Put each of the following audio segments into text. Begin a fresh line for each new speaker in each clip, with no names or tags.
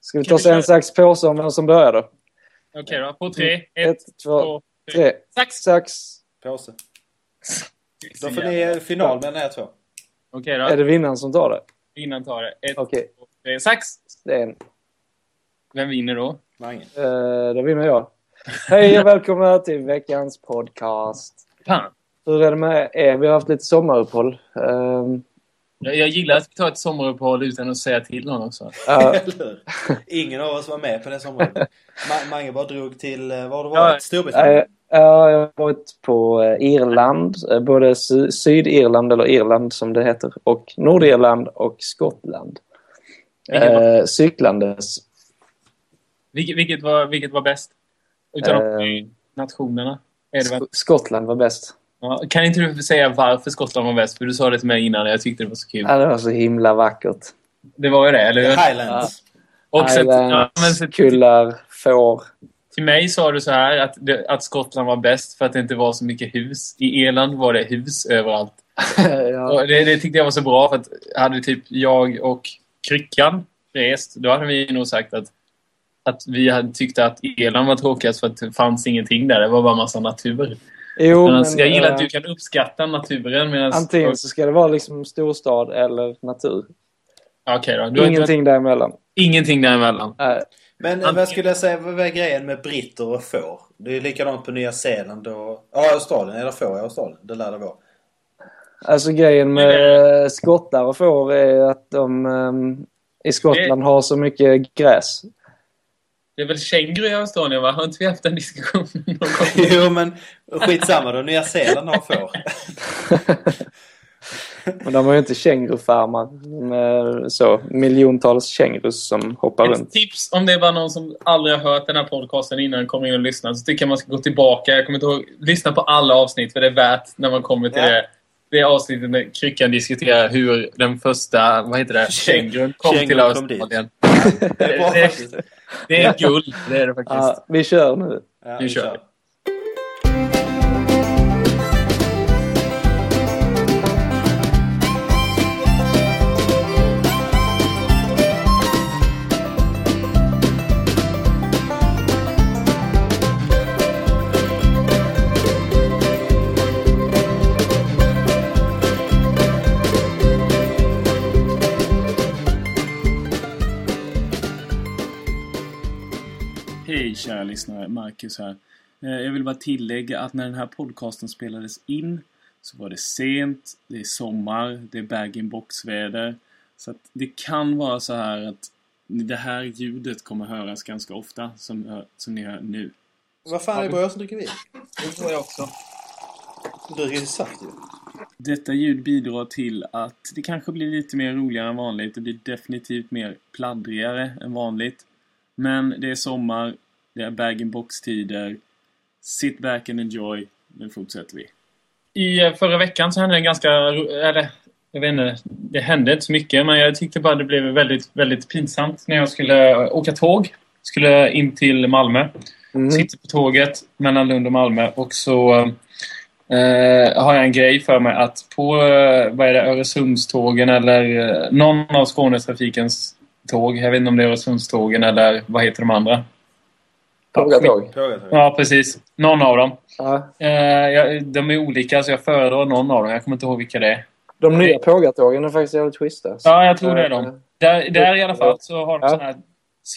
Ska vi ta oss en sax påse om vem som började?
Okej då, på tre. Ett,
Mm. Ett, två,
två,
tre.
sax!
Sax.
Påse. Då får ni final mellan er två.
Okej
Är
då,
det vinnaren som tar det?
innan tar det. Ett,
Okej,
två, tre, sax!
det är en.
Vem vinner då?
Mange.
Eh, då vinner jag. Hej och välkomna till veckans podcast.
Fan!
Hur är det med er? Vi har haft lite sommaruppehåll. Ehm,
Jag, jag gillar att vi tar ett sommaruppehåll utan att säga till någon också.
ja,
Eller hur? Ingen av oss var med på det somrarna. Ma- Mange bara drog till, eh, var det var?
Ja.
Storbritannien?
eh, ja, jag har varit på eh, Irland, eh, både sy Sydirland, eller Irland som det heter, och Nordirland och Skottland.
Vilket var,
Eh, cyklandes.
vilket, vilket, var, vilket var bäst? Utan att
Eh,
nationerna. Är det väl?
Sk- Skottland var bäst.
Ja, kan inte du säga varför Skottland var bäst? För du sa det till mig innan och jag tyckte det var så kul.
Ja, det var så himla vackert.
Det var ju det, eller
Ah.
hur?
Highlands.
Och sen, ja, men
Islands,
sen till,
kullar, får.
till mig sa du så här att, det, att Skottland var bäst för att det inte var så mycket hus. I Irland var det hus överallt.
ja.
Och det, det tyckte jag var så bra för att hade typ jag och Kryckan rest, då hade vi nog sagt att, att vi hade tyckt att Irland var tråkigast för att det fanns ingenting där. Det var bara massa natur.
Jo,
Medan alltså, jag gillar typ-
eh,
att du kan uppskatta naturen. Medan,
Antingen så ska det vara liksom storstad eller natur.
Okej då. Du har inte-
Ingenting däremellan.
ingenting däremellan.
Äh,
Men eh, vad skulle jag säga, vad är grejen med britter och får? Det är likadant på Nya Zeeland och ja, Australien. Eller får i Australien? Det lär det vara.
alltså grejen med eh, skottar och får är att de ehm, i Skottland har så mycket gräs.
Det är väl känguru i Australien, va? Har inte vi haft en diskussion någon gång?
jo, men skitsamma då. Nya Zeeland har får.
Men de har ju inte kängurufarmar med så miljontals kängurus som hoppar
Ett
runt.
tips om det är bara någon som aldrig har hört den här podcasten innan kommer in och lyssnar så tycker jag man ska gå tillbaka. Jag kommer inte ihåg, lyssna på alla avsnitt för det är värt när man kommer till
Ja.
det, det avsnittet när Kryckan diskuterar hur den första, vad heter det, kängurun kom
Kängurun
till
kom dit.
Australien.
Det är bra
Det-
faktiskt.
Det är guld, det är det faktiskt.
Ja, vi kör nu.
Ja,
Nu kör vi.
Hej kära lyssnare, Marcus här. Eh, Jag vill bara tillägga att när den här podcasten spelades in så var det sent, det är sommar, det är bag-in-box-väder. Så att det kan vara så här att det här ljudet kommer höras ganska ofta, som, hör- som ni hör nu.
Vad fan är det bara jag som dricker vin?
Det tror jag också.
Du dricker ju saft ju.
Detta ljud bidrar till att det kanske blir lite mer roligare än vanligt. Det blir definitivt mer pladdrigare än vanligt. Men det är sommar, det är bag-in-box-tider. Sit back and enjoy. Nu fortsätter vi.
I eh, förra veckan så hände en ganska... ro- Eller, jag vet inte. Det hände inte så mycket, men jag tyckte bara det blev väldigt, väldigt pinsamt när jag skulle eh, åka tåg. Skulle in till Malmö.
Mm.
Sitter på tåget mellan Lund och Malmö och så eh, har jag en grej för mig att på eh, vad är det, Öresundstågen eller eh, någon av Skånetrafikens tåg, jag vet inte om det är Öresundstågen eller vad heter de andra?
Tåga tåg.
Pågat har vi.
Ja, precis. Någon av dem.
Ja.
Eh, jag, de är olika så jag föredrar någon av dem. Jag kommer inte ihåg vilka det är.
De nya pågatågen är faktiskt jävligt schyssta. eh,
Ja, jag tror det är dem. Där, där i alla fall så har de
Ja.
såna här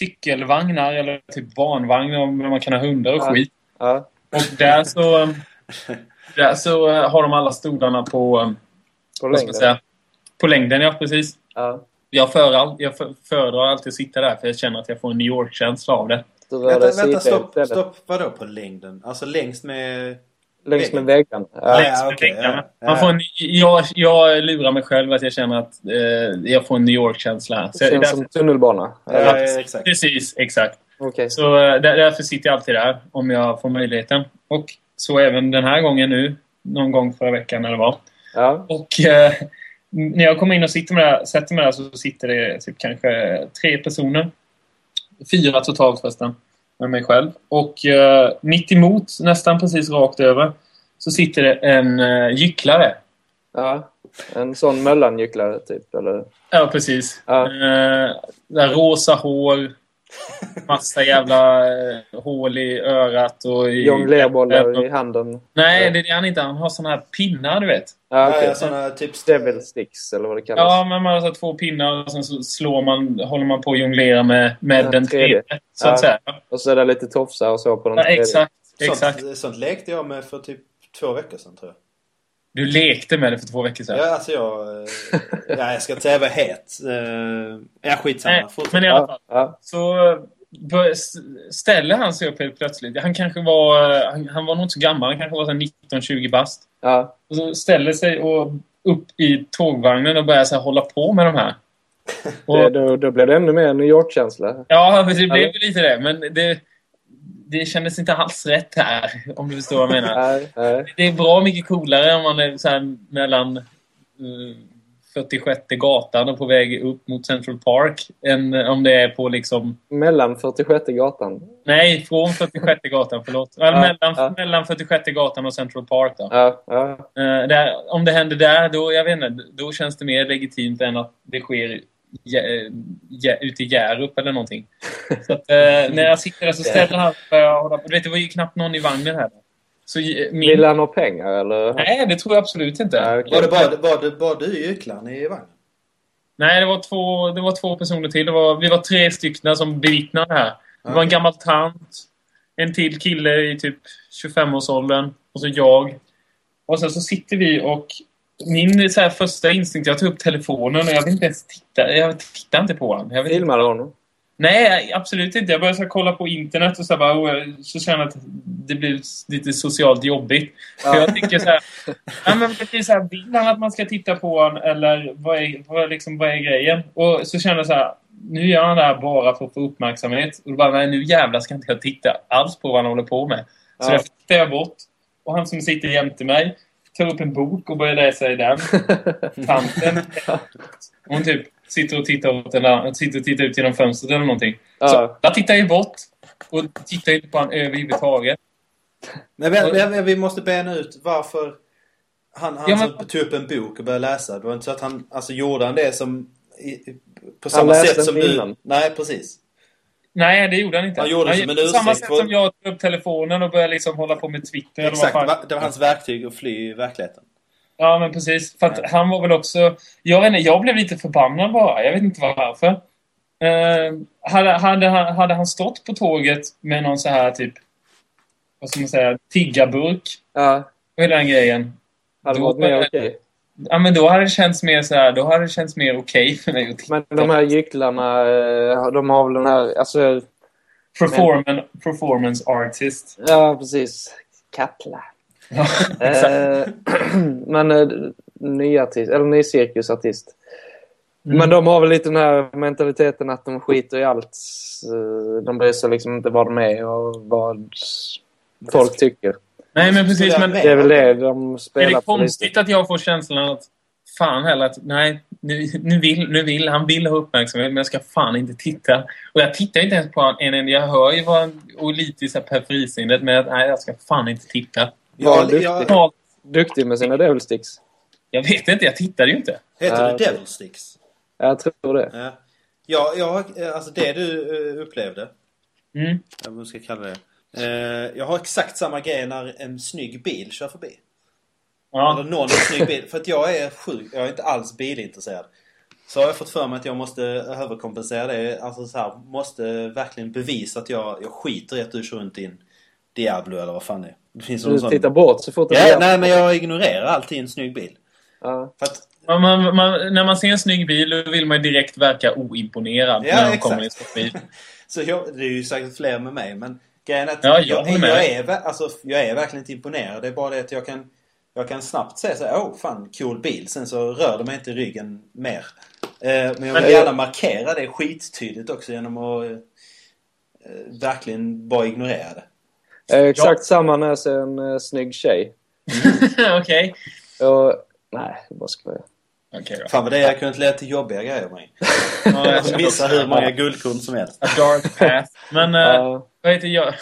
cykelvagnar eller typ barnvagnar om man kan ha hundar och
Ja.
skit.
Ja.
Och där så, eh, där så eh, har de alla stolarna på, eh,
På
vad ska man
längden.
säga, på längden. Ja, precis.
Ja.
Jag, föredrar, jag för- föredrar alltid att sitta där för jag känner att jag får en New York-känsla av det.
Du rör
Vänta,
dig
vänta,
sidled
stopp,
istället.
stopp. Vadå på längden? Alltså längst med...
Längs med väggarna. Ja.
Längs med
okej,
väggarna.
ja,
Man
ja.
får en, jag, jag lurar mig själv att jag känner att eh, jag får en New York-känsla.
Det
Så jag-
känns
där,
som tunnelbana.
Ja,
Eller-
ja, exakt.
Precis, exakt.
Okej.
Så eh, där, därför sitter jag alltid där om jag får möjligheten. Och så även den här gången nu, någon gång förra veckan eller vad.
Ja.
Och eh, när jag kommer in och sitter med det, här- sätter mig där så sitter det typ kanske tre personer. Fyra totalt förresten, med mig själv. Och eh, mitt emot, nästan precis rakt över, så sitter det en eh, gycklare.
ja. En sån mellangycklare typ. Eller?
Ja, precis.
Ja.
Eh, där rosa hår, Massa jävla eh, hål i örat och i...
Jonglerbollar i handen.
Nej, det är det han inte. Han har såna här pinnar, du vet.
Ja, okej.
Ja, såna typ...
Devil sticks eller vad det kallas.
Ja, men man har så här två pinnar och sen så slår man, håller man på och jonglerar med, med
Ja,
den
tredje.
tredje. Så att
Ja.
säga.
Och så är det lite tofsar och så på den
Ja,
tredje.
exakt. Exakt.
Sånt, sånt lekte jag med för typ två veckor sedan tror jag.
Du lekte med det för två veckor sedan.
Ja, alltså jag... eh, ja, jag ska inte säga vad jag het. Eh, Ja,
Nej,
skitsamma. Fortsätt.
men i alla
Ja,
fall.
ja.
Så bör- s- ställer han sig upp helt plötsligt. Han kanske var... eh, Han, han var nog inte så gammal. Han kanske var 19-20 bast.
ja.
Och så ställer sig och upp i tågvagnen och börjar så här hålla på med de här.
Det,
Och,
då, då blir det ännu mer New York-känsla.
ja, men det blev ju lite det. Men det, det kändes inte alls rätt här, om du förstår vad jag menar.
Nej, nej.
Det är bra mycket coolare om man är så här mellan eh, 46 gatan och på väg upp mot Central Park än eh, om det är på liksom...
Mellan 46 gatan.
Nej, från 46 gatan, förlåt. Ja,
Ja,
mellan,
ja.
mellan 46 gatan och Central Park då.
Ja, ja.
Eh, där, om det händer där, då, jag vet inte, då känns det mer legitimt än att det sker i- Jä- eh, Jä- ute i Hjärup eller någonting. Så att, eh, när jag sitter där så ställer han för jag hålla på. Du vet, det var ju knappt någon i vagnen här. Så eh,
Vill
min...
han ha pengar eller?
Nej, det tror jag absolut inte.
Ja, okej.
Var det bara, var det, bara du i ycklan i vagnen?
Nej, det var två, det var två personer till. Det var, vi var tre stycken som bevittnade det här. Det var en
Okej.
gammal tant, en till kille i typ 25-årsåldern och så jag. Och sen så sitter vi och min så här första instinkt, jag tog upp telefonen och jag vill inte ens titta. Jag tittar inte på honom. Jag vet,
Filmade honom?
nej, absolut inte. Jag började så här kolla på internet och så, här bara, oh, jag- så känner jag att det blir lite socialt jobbigt. För jag tycker så här, ja, men det blir så här, vill han att man ska titta på honom eller vad är, vad, är liksom, vad är grejen? Och så känner jag så här, nu gör han det här bara för att få uppmärksamhet. Och då bara, nej nu jävlar ska inte jag titta alls på vad han håller på med.
Ja.
Så det flyttar jag bort. Och han som sitter jämte mig tar upp en bok och börjar läsa i den. Tanten. Hon typ sitter och tittar, åt den där, sitter och tittar ut genom fönstret eller någonting. Så
ja.
jag tittar ju bort och tittar inte på honom överhuvudtaget.
Men, men, men, men vi måste bena ut varför han, han
Ja, men-
som tog upp en bok och började läsa. Det var inte så att han, alltså gjorde han det som i, i- på
Han
samma
läste
sätt som
inte
du?
innan.
Nej, precis.
Nej, det gjorde han inte.
Han gjorde det som en
på samma
ursäkt
sätt
för-
som jag tog upp telefonen och började liksom hålla på med Twitter. eller vad
Exakt,
fan-
va- det var hans verktyg att fly i verkligheten.
Ja, men precis. För att han var väl också... Jag, vet inte, jag blev lite förbannad bara. Jag vet inte varför. Eh, hade, hade, han- hade han stått på tåget med någon så här typ... Vad ska man säga? Tiggarburk
ja.
och hela den grejen.
Hade
Då
varit mer
var det-
okej.
Ja, men då hade det känts mer så här... Då hade det känts mer okej för mig att titta.
Men de här gycklarna, eh, de har väl den här... Alltså,
Performan, Performance artist.
ja, precis. Katla.
Ja, exakt.
Eh, men eh, ny artist, eller ny cirkusartist.
Mm.
Men de har väl lite den här mentaliteten att de skiter i allt. Eh, De bryr sig liksom inte vad de är och vad folk tycker.
Nej, men precis. Men,
Det är väl det de spelar
Är det
på lite.
konstigt att jag får känslan att fan heller att nej, nu, nu, vill, nu vill han vill ha uppmärksamhet men jag ska fan inte titta. Och jag tittar inte ens på honom en enda. Jag hör ju vad han, och lite i så här periferisinnet men att nej, jag ska fan inte titta.
Var
Jag, jag,
duktig.
Ja,
Duktig med sina devil sticks.
Jag vet inte, jag tittade ju inte.
heter
Ja,
det
okej.
Devil Sticks?
Jag tror det.
Ja. Ja, jag, eh, alltså det du eh, upplevde,
Mm.
eller vad man ska kalla det. Eh, Jag har exakt samma grej när en snygg bil kör förbi.
Ja.
Eller någon snygg bil. För att jag är sjuk. Jag är inte alls bilintresserad. Så har jag fått för mig att jag måste överkompensera det. Alltså så här, måste verkligen bevisa att jag, jag skiter i att du kör runt i en Diablo eller vad fan det är. Det finns någon
Du
sån...
tittar bort så fort det
Ja,
blir-
nej men jag ignorerar alltid en snygg bil.
Ja.
För att,
Man, man, man, när man ser en snygg bil då vill man ju direkt verka oimponerad
Ja,
när de
exakt.
kommer i en sportbil.
så jag, det är ju säkert fler med mig men grejen är att
Ja, jag
jag,
håller
jag,
med.
är, ver- alltså, jag är verkligen inte imponerad. Det är bara det att jag kan, jag kan snabbt säga så här, åh fan cool bil. Sen så rör det mig inte i ryggen mer. Eh, men jag vill
Men-
gärna markera det skittydligt också genom att eh, eh, verkligen bara ignorera det.
Eh, Exakt samma när jag ser en eh, snygg tjej.
Okej.
Och, nej, jag bara skojar.
Okej då.
Fan vad det hade kunnat leda till jobbiga grejer mig.
Ja, jag känner också
Missa hur många guldkorn som helst.
a dark path. Men eh,
Ja.
vad heter jag?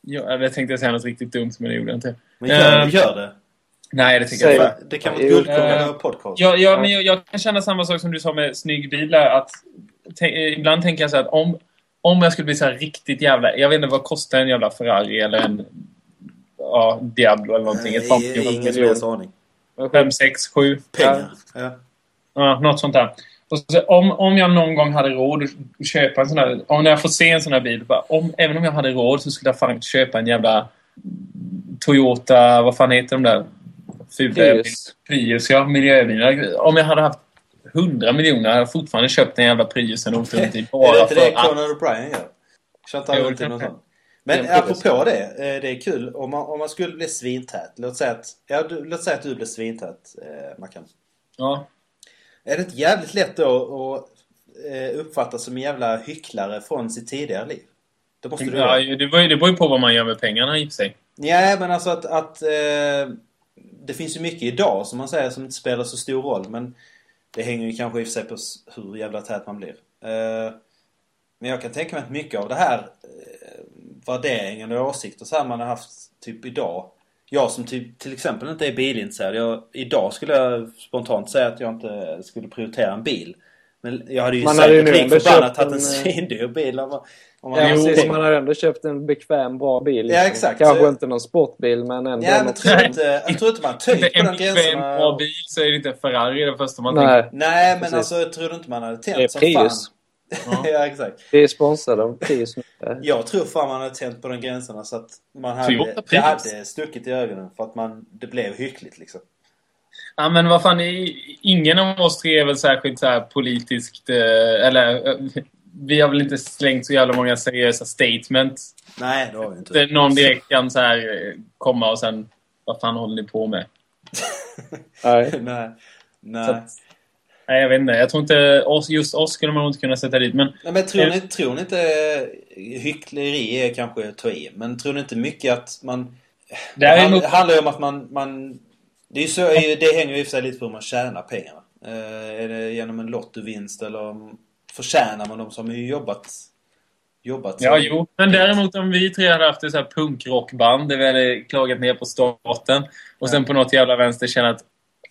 Jag, jag tänkte säga något riktigt dumt men det gjorde jag inte.
Men gör,
Eh,
gör det.
Nej, det tycker
Säg
jag inte.
det.
För Det kan vara
Jo.
ett guldkorn
Eh,
eller en podcast.
Jag, jag, men jag, jag kan känna samma sak som du sa med snygg bil. där, Att, te, eh, ibland tänker jag så här att om, om jag skulle bli så här riktigt jävla... Jag vet inte, vad kostar en jävla Ferrari eller en ja, Diablo eller någonting? Ett par
Nej, Ingen som helst aning.
Fem, sex, sju.
Pengar. Ja.
Ja, något sånt där. Och så, om, om jag någon gång hade råd att köpa en sån här... Om när jag får se en sån här bil. Bara, om, även om jag hade råd så skulle jag fan inte köpa en jävla Toyota... Vad fan heter de där? Fula
Prius.
bil- Prius, ja. Miljöbilar. Om jag hade haft 100 miljoner hade jag fortfarande köpt en jävla Prius och åkt runt i.
Är det
Bara
inte det
för att...
Conan O'Brien gör? Kör inte
Jo,
han
det
runt i någon
kanske.
sån? Men
Det är en
apropå det, eh, det är kul. Om man, om man skulle bli svintät. Låt säga att, ja, du, låt säga att du blir svintät, eh, Mackan.
Ja.
Är det inte jävligt lätt då att eh, uppfattas som en jävla hycklare från sitt tidigare liv? Det måste du
Ja,
göra.
ju, det beror ju- det beror ju på vad man gör med pengarna i och för sig.
Nej, men alltså att... att eh, det finns ju mycket idag som man säger som inte spelar så stor roll. Men det hänger ju kanske i och för sig på s- hur jävla tät man blir. Eh, men jag kan tänka mig att mycket av det här eh, värderingen och åsikter så här man har haft typ idag. Jag som typ, till exempel inte är bilintresserad. Jag, idag skulle jag spontant säga att jag inte skulle prioritera en bil. Men jag hade ju
Man hade ju
säkert
nu
lik
ändå
förbannat
köpt
haft en
en, eh,
svindyr bil. Om man, om man
Ja,
hade
precis.
tänkt.
Man har ändå köpt en bekväm, bra bil.
Ja, exakt.
Kanske
Så-
inte någon sportbil, men ändå...
Ja, men
något-
tror inte, jag tror inte man
Inte
töjt Typ, på
en
de
bekväm
gränserna.
bra bil så är det inte en Ferrari det första man tänker.
Nej,
Nej, men
Precis.
alltså jag tror inte man hade
det är
tänt som fan.
Prius.
Ja.
ja, exakt.
Vi är sponsrade av Prius nu.
Jag tror fan man hade tänt på de gränserna så att man
Toyota
hade, det
Prius.
hade stuckit i ögonen för att man, det blev hyckligt liksom.
Ja, men vad fan, i- ingen av oss tre är väl särskilt så här politiskt... eh, Eller, eh, vi har väl inte slängt så jävla många seriösa statements.
Nej, det har vi inte.
Där någon direkt kan så här eh, komma och sen... Vad fan håller ni på med?
Nej.
Nej.
Så
Nej.
att, nej, jag vet inte. Jag tror inte... Oss, just oss skulle man inte kunna sätta dit, men...
Nej, men tror ni, tror ni inte hyckleri är kanske att ta i, men tror ni inte mycket att man... Det
Däremot,
hand- handlar ju om att man... man det, är ju så, det hänger ju i och för sig lite på hur man tjänar pengarna. Eh, är det genom en lottovinst eller om, förtjänar man dem som har ju jobbat... jobbat
ja,
sig-
jo. Men däremot om vi tre hade haft ett så här punkrockband där vi hade klagat ner på staten och sen på något jävla vänster känner att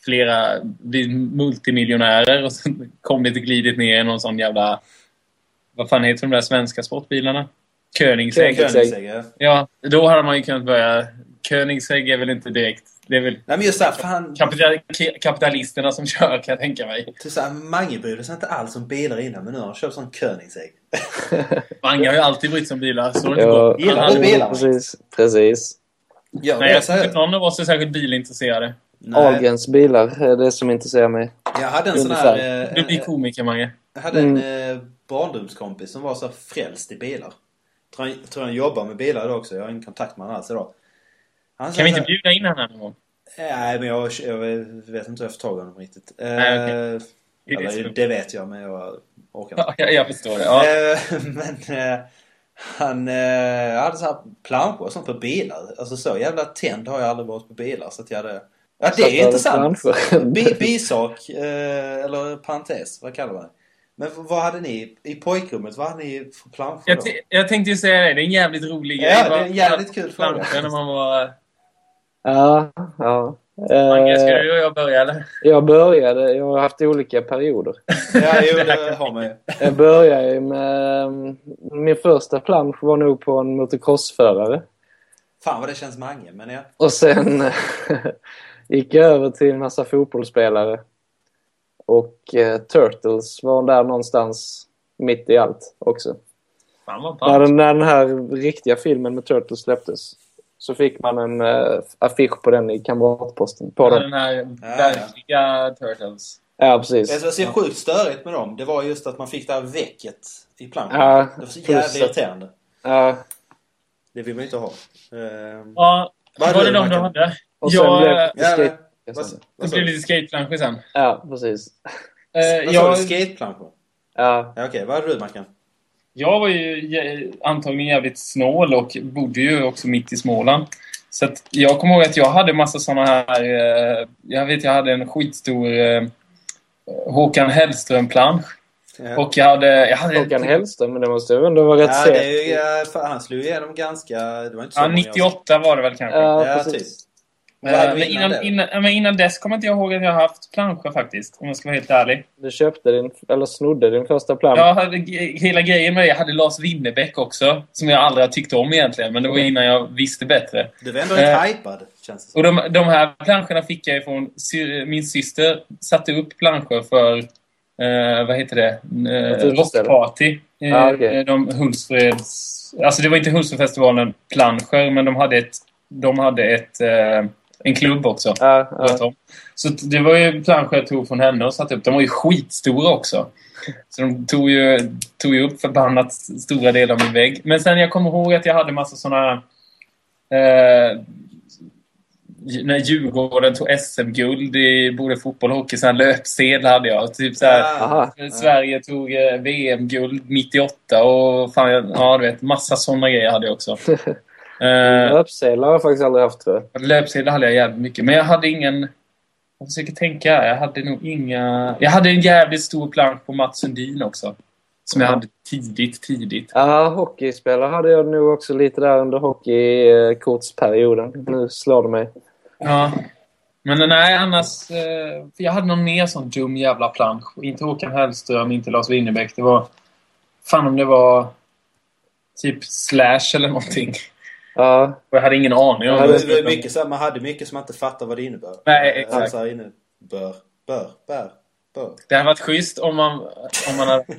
flera blir multimiljonärer och sen kommit och glidit ner i någon sån jävla... Vad fan heter de där svenska sportbilarna? Königsegg.
König.
Königsegg, ja.
Ja, då hade man ju kunnat börja... Königsegg är väl inte direkt... Det är väl
Nej men just såhär, fan.
kapital, kapitalisterna som kör, kan jag tänka mig.
Typ såhär, Mange brydde sig inte alls om bilar innan men nu har han köpt sån Königsegg.
Mange har ju alltid brytt sig om bilar. Så det
Ja.
inte
Gillar
bra. Han-
du bilar?
Precis. precis.
Ja,
Nej,
jag,
jag tror inte
jag,
någon av oss är särskilt bilintresserade.
Nej,
Ahlgrens bilar är det som intresserar mig.
jag hade en sån här...
Ungefär.
eh,
Du
en-
blir komiker, Mange.
Jag hade en eh, barndomskompis som var så frälst i bilar. Tror han, tror han jobbar med bilar idag också. Jag har ingen kontakt med honom alls idag. Han sa
Kan vi
så
inte
här-
bjuda in henne någon gång?
Nej, men jag, jag vet inte hur jag får tag i honom riktigt. Eh,
Nej, okej. Det är
Eller,
det som-
det vet jag, men jag orkar inte.
Ja, jag, jag förstår det. Ja.
Eh, men eh, han eh, hade så här planscher och sånt på bilar. Alltså så jävla tänd har jag aldrig varit på bilar så att jag hade... Ja, det
Så att
är
jag hade
intressant.
planscher.
Bi- bisak, eh, eller parentes, vad kallar man det? Men v- vad hade ni i pojkrummet? Vad hade ni för planscher
Jag,
då?
t- jag tänkte ju säga det, det är en jävligt rolig
Ja, det är en jävligt kul fråga.
Planschen När man var...
Ja, ja.
Mange, ska
Eh,
du och jag börja eller?
jag började, jag har haft olika perioder.
Ja, jo, det har man ju.
Jag började ju med... Min första plansch var nog på en motocrossförare.
Fan vad det känns mange, men ja.
Och sen gick jag över till en massa fotbollsspelare. Och eh, Turtles var där någonstans mitt i allt också.
Fan vad
När,
bra.
den, när den här riktiga filmen med Turtles släpptes så fick man en eh, affisch på den i Kamratposten. På
Ja,
den.
Den här
ja.
verkliga Turtles.
Ja,
Det
precis.
som var så sjukt störigt med dem, det var just att man fick det här väcket i planschen.
Ja,
det var så jävla
plus att-
irriterande.
Ja,
Det vill man ju inte ha. Eh,
Ja,
Vad
var,
hade
det
du,
de du
Mackan?
hade?
och sen
jag,
blev det
eh, ja,
skate.
men- vad,
det
vad sa
blev
du?
lite skateplanscher sen.
Ja, precis.
Eh,
Vad sa
jag,
du? Skateplanscher?
Ja,
Ja, okej, vad hade du Mackan?
jag var ju jä- antagligen jävligt snål och bodde ju också mitt i Småland. Så att jag kommer ihåg att jag hade massa såna här... Eh, jag vet jag hade en skitstor eh, Håkan Hellström-plansch.
Ja.
Och jag hade... Jag hade
Håkan Hellström, men det måste ju ändå vara rätt
Ja,
sent.
det är ju, ja, fan, han slog igenom ganska... Det var inte så
ja,
många år sedan.
98 var det väl kanske.
Ja,
Ja,
precis.
Vad hade
Eh,
du
men,
innan
innan,
det?
innan, ja, men innan dess kommer inte jag ihåg att jag har haft planscher faktiskt, om jag ska vara helt ärlig.
Du köpte din, eller snodde din första plansch.
Jag hade, g- hela grejen med det, jag hade Lars Winnerbäck också, som jag aldrig har tyckt om egentligen, men det var innan jag visste bättre.
Du var ändå rätt
Eh.
hypad, känns det som.
Och de, de här planscherna fick jag ifrån sy, min syster. Satte upp planscher för, eh, vad heter det, eh,
Naturställe.
rockparty. Eh,
Ah, okej.
De Hultsfreds... Alltså det var inte Hultsfredsfestivalen planscher, men de hade ett... De hade ett eh, en klubb också.
Ja, ja.
vet om. Så t- det var ju planscher jag tog från henne och satte upp. De var ju skitstora också. Så de tog ju, tog ju upp förbannat s- stora delar av min vägg. Men sen jag kommer ihåg att jag hade massa såna... Eh, j- när Djurgården tog SM-guld i både fotboll och hockey, såna här löpsedlar hade jag. Typ så här,
Aha.
eh, Sverige tog eh, VM-guld 98 och fan, jag- ja du vet, massa såna grejer hade jag också. Eh,
Löpsedlar har jag faktiskt aldrig haft tror jag.
Löpsedlar hade jag jävligt mycket, men jag hade ingen... Jag försöker tänka, här. jag hade nog inga... Jag hade en jävligt stor plansch på Mats Sundin också. Som jag hade tidigt, tidigt.
Ja, hockeyspelare hade jag nog också lite där under hockeykortsperioden. Nu slår det mig.
Ja. Men nej, annars... eh, För jag hade någon mer sån dum jävla plansch. Inte Håkan Hellström, inte Lars Winnerbäck. Det var... Fan om det var... Typ Slash eller någonting.
Ja,
Och jag hade ingen aning om
Ja,
Det
det.
var- det var mycket så här, man hade mycket som man inte fattar vad det innebär.
Nej, exakt.
Alltså, så här inne, bör, bör, bör, bör.
Det hade varit schysst om man, om man, hade,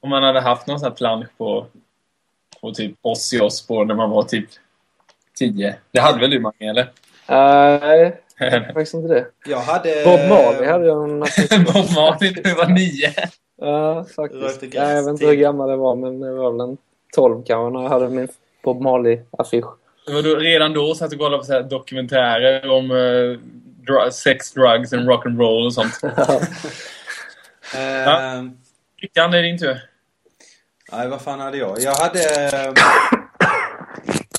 om man hade haft någon sån här plansch på, på typ Ozzy Osbourne när man var typ 10. Det hade väl du Mange, eller?
Eh, nej, faktiskt inte det.
Jag hade...
Bob Marley hade jag en
Eh, Bob Marley när du var 9.
Ja,
Rökte
faktiskt.
gräs
Nej, jag vet inte
till.
hur gammal det var, men det var väl en 12 kanske när jag hade min Bob Marley-affisch.
Det var då, redan då satt och kollade på så här dokumentärer om eh, dr- sex, drugs and rock'n'roll och sånt.
Eh,
Rickard, det är din tur.
nej, vad fan hade jag? Jag hade eh,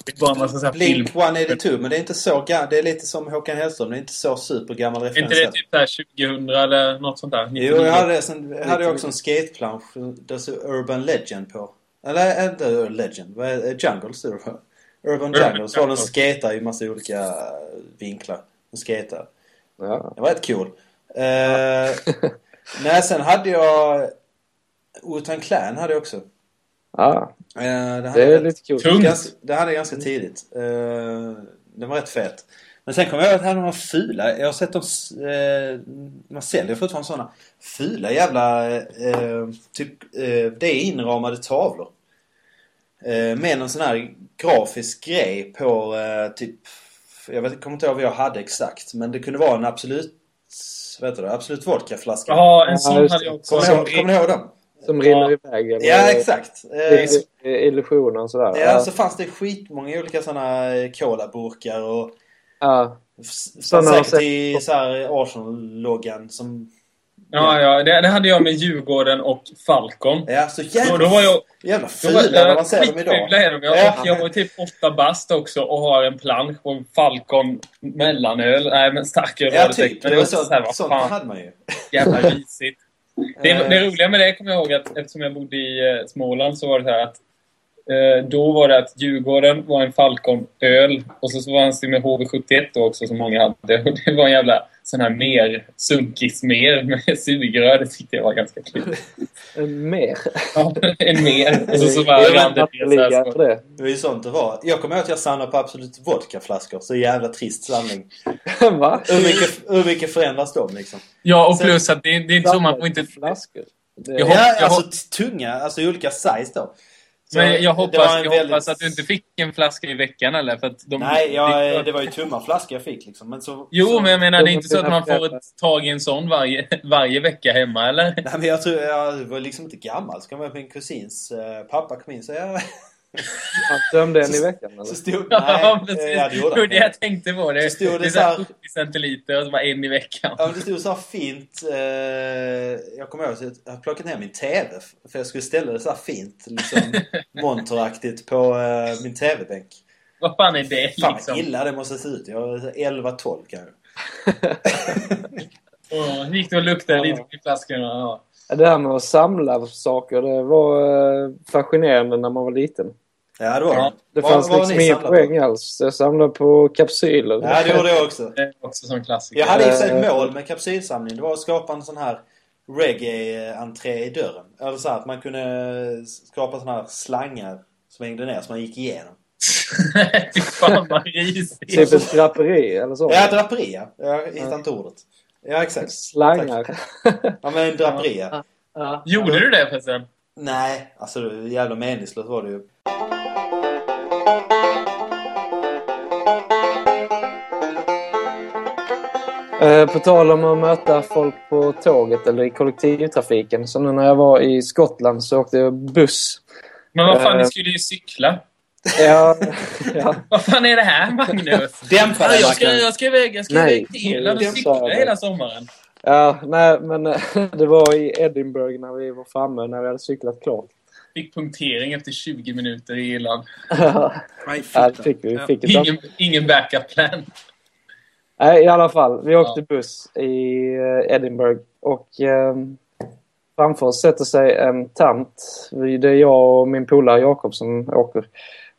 Det är bara en massa så här film.
Blink 182, men det är inte så gammalt. Det är lite som Håkan Hellström, det är inte så supergammal
Är
referens.
inte det
heller.
typ så här 2000 eller något sånt där?
Jo,
99?
jag hade, sen, jag hade också en skateplansch. Där stod Urban Legend på. Eller eh, inte Urban Legend, vad är det? Jungle stod det på. Urban
Urban
Jungle. Så var det en
Jungle.
skater i massa olika vinklar. En skater.
Ja.
Det var rätt cool. Eh, nej, sen hade jag... Utan Clan hade jag också. Eh,
ja,
det, hade
det är
jag
lite kul.
Tungt.
ganska, det hade jag ganska tidigt. Eh, den var rätt fet. Men sen kom jag ihåg att jag hade de här fula. Jag har sett dem... s- Eh, man säljer fortfarande sådana fula jävla... Eh, typ, eh, det är inramade tavlor. Eh, med någon sån här grafisk grej på eh, typ... Jag vet, kommer inte ihåg vad jag hade exakt. Men det kunde vara en absolut... Vad heter det? Absolut vodkaflaska.
Jaha, en sån
Ja, just
hade
det.
jag också.
Kommer ni
Som,
ihåg- kommer ni ihåg dem?
Som rinner
Ja.
iväg. eller-
Ja, exakt. Eh,
Det är Illusioner och sådär.
Ja, så fanns det skitmånga olika sådana colaburkar och
ja.
s-
Såna har
säkert
sett-
i så här Arsenal-loggan som...
ja, ja, det, det hade jag med Djurgården och Falcon.
Ja, så jävla,
Då, då var jag,
jävla
Då var-
fula när man ser dem
skitfula
idag.
Är de. Jag,
Ja.
jag var typ åtta bast också och har en plansch på en Falcon mellanöl. Nej, men starköl var
Ja,
det
typ.
säkert.
Det
Men
var
också
sånt,
så här, vad
sånt
fan,
hade man ju.
jävla risigt. Det,
Eh,
det roliga med det kommer jag ihåg att eftersom jag bodde i eh, Småland så var det så här att eh, då var det att Djurgården var en Falcon-öl och så, så fanns det med HV71 då också som många hade. Och det var en jävla sån här mer, sunkis-mer med sugrör. Det tyckte jag var ganska kul.
Mer.
Ja, en mer. Och så, så
Det
var
är
det
en
andra
annan liga
så-
för det.
Det var ju sånt det var. Jag kommer ihåg att jag samlade på Absolut Vodkaflaskor. Så jävla trist samling.
Va?
Hur mycket, hur mycket förändras de liksom?
Ja, och
Sen-
plus att det, det är inte så man får inte...
Flaskor. Det-
Jag hoppas-
Ja,
jag
alltså t- tunga. Alltså olika size då. Så
Men jag
det var
hoppas,
en
jag
väldigt-
hoppas att du inte fick en flaska i veckan eller? För att de,
Nej, jag, eh,
det,
det var ju tumma flaska jag fick liksom. Men så,
Jo,
så,
men jag menar, det är inte så att man får
Föräldrar.
ett tag i en sån varje, varje vecka hemma, eller?
Nej men jag tror, jag var liksom inte gammal. Så kom jag på min kusins eh, pappa kom in och sa ja.
Han dömde en i veckan eller?
Så stod
Ja,
eh,
precis.
ja, det gjorde
det var det
han.
jag tänkte på. Det,
Så stod det
det är
så
såhär
här-
70 centiliter och så bara en i veckan.
Ja, men det stod så här fint. Eh, jag kommer ihåg att jag hade plockat ner min TV. För jag skulle ställa det så här fint. Liksom monteraktigt på eh, min TV-bänk.
Vad fan är det
Fan
liksom?
vad illa det måste se ut. Jag var 11-12 kanske.
Åh, gick det och luktade lite i flaskorna? Ja.
Det här med att samla saker, det var eh, fascinerande när man var liten.
Ja, det var
Ja.
det.
Det
Vad-
fanns
vad har
liksom
ni
ingen
samlat på?
poäng alls. Jag samlade på kapsyler.
Ja, det gjorde jag också.
Det är också som klassiker.
Jag hade i och för sig ett
Eh.
mål med kapsylsamlingen. Det var att skapa en sån här reggae-entré i dörren. Eller så här, att man kunde skapa såna här slangar som hängde ner som man gick igenom.
Fy fan vad risigt.
Typ ett draperi eller så.
Ja, draperi ja. Jag hittade inte ordet. Ja, exakt.
Slangar.
Ja, men draperi ja.
Ja.
Gjorde du det förresten?
Nej, alltså det var jävla meningslöst var det ju.
Eh, På tal om att möta folk på tåget eller i kollektivtrafiken. Så nu när jag var i Skottland så åkte jag buss.
Men vad fan,
Eh.
ni skulle ju cykla.
Ja, ja.
Vad fan är det här Magnus?
Dämpa
Ja,
dig
jag, ska,
Mackan.
jag ska iväg, jag ska
Nej.
iväg till Irland och
Det sa
cykla
jag.
hela sommaren.
ja nej, men eh, det var i Edinburgh när vi var framme, när vi hade cyklat klart.
Fick punktering efter 20 minuter i Irland.
Nej,
Ja,
fitta.
det fick vi. vi
Ja.
fick ett
Ingen, ingen backup plan.
Nej, i alla fall. Vi åkte buss i eh, Edinburgh och eh, framför oss sätter sig en tant. Vi- Det är jag och min polare Jakob som åker.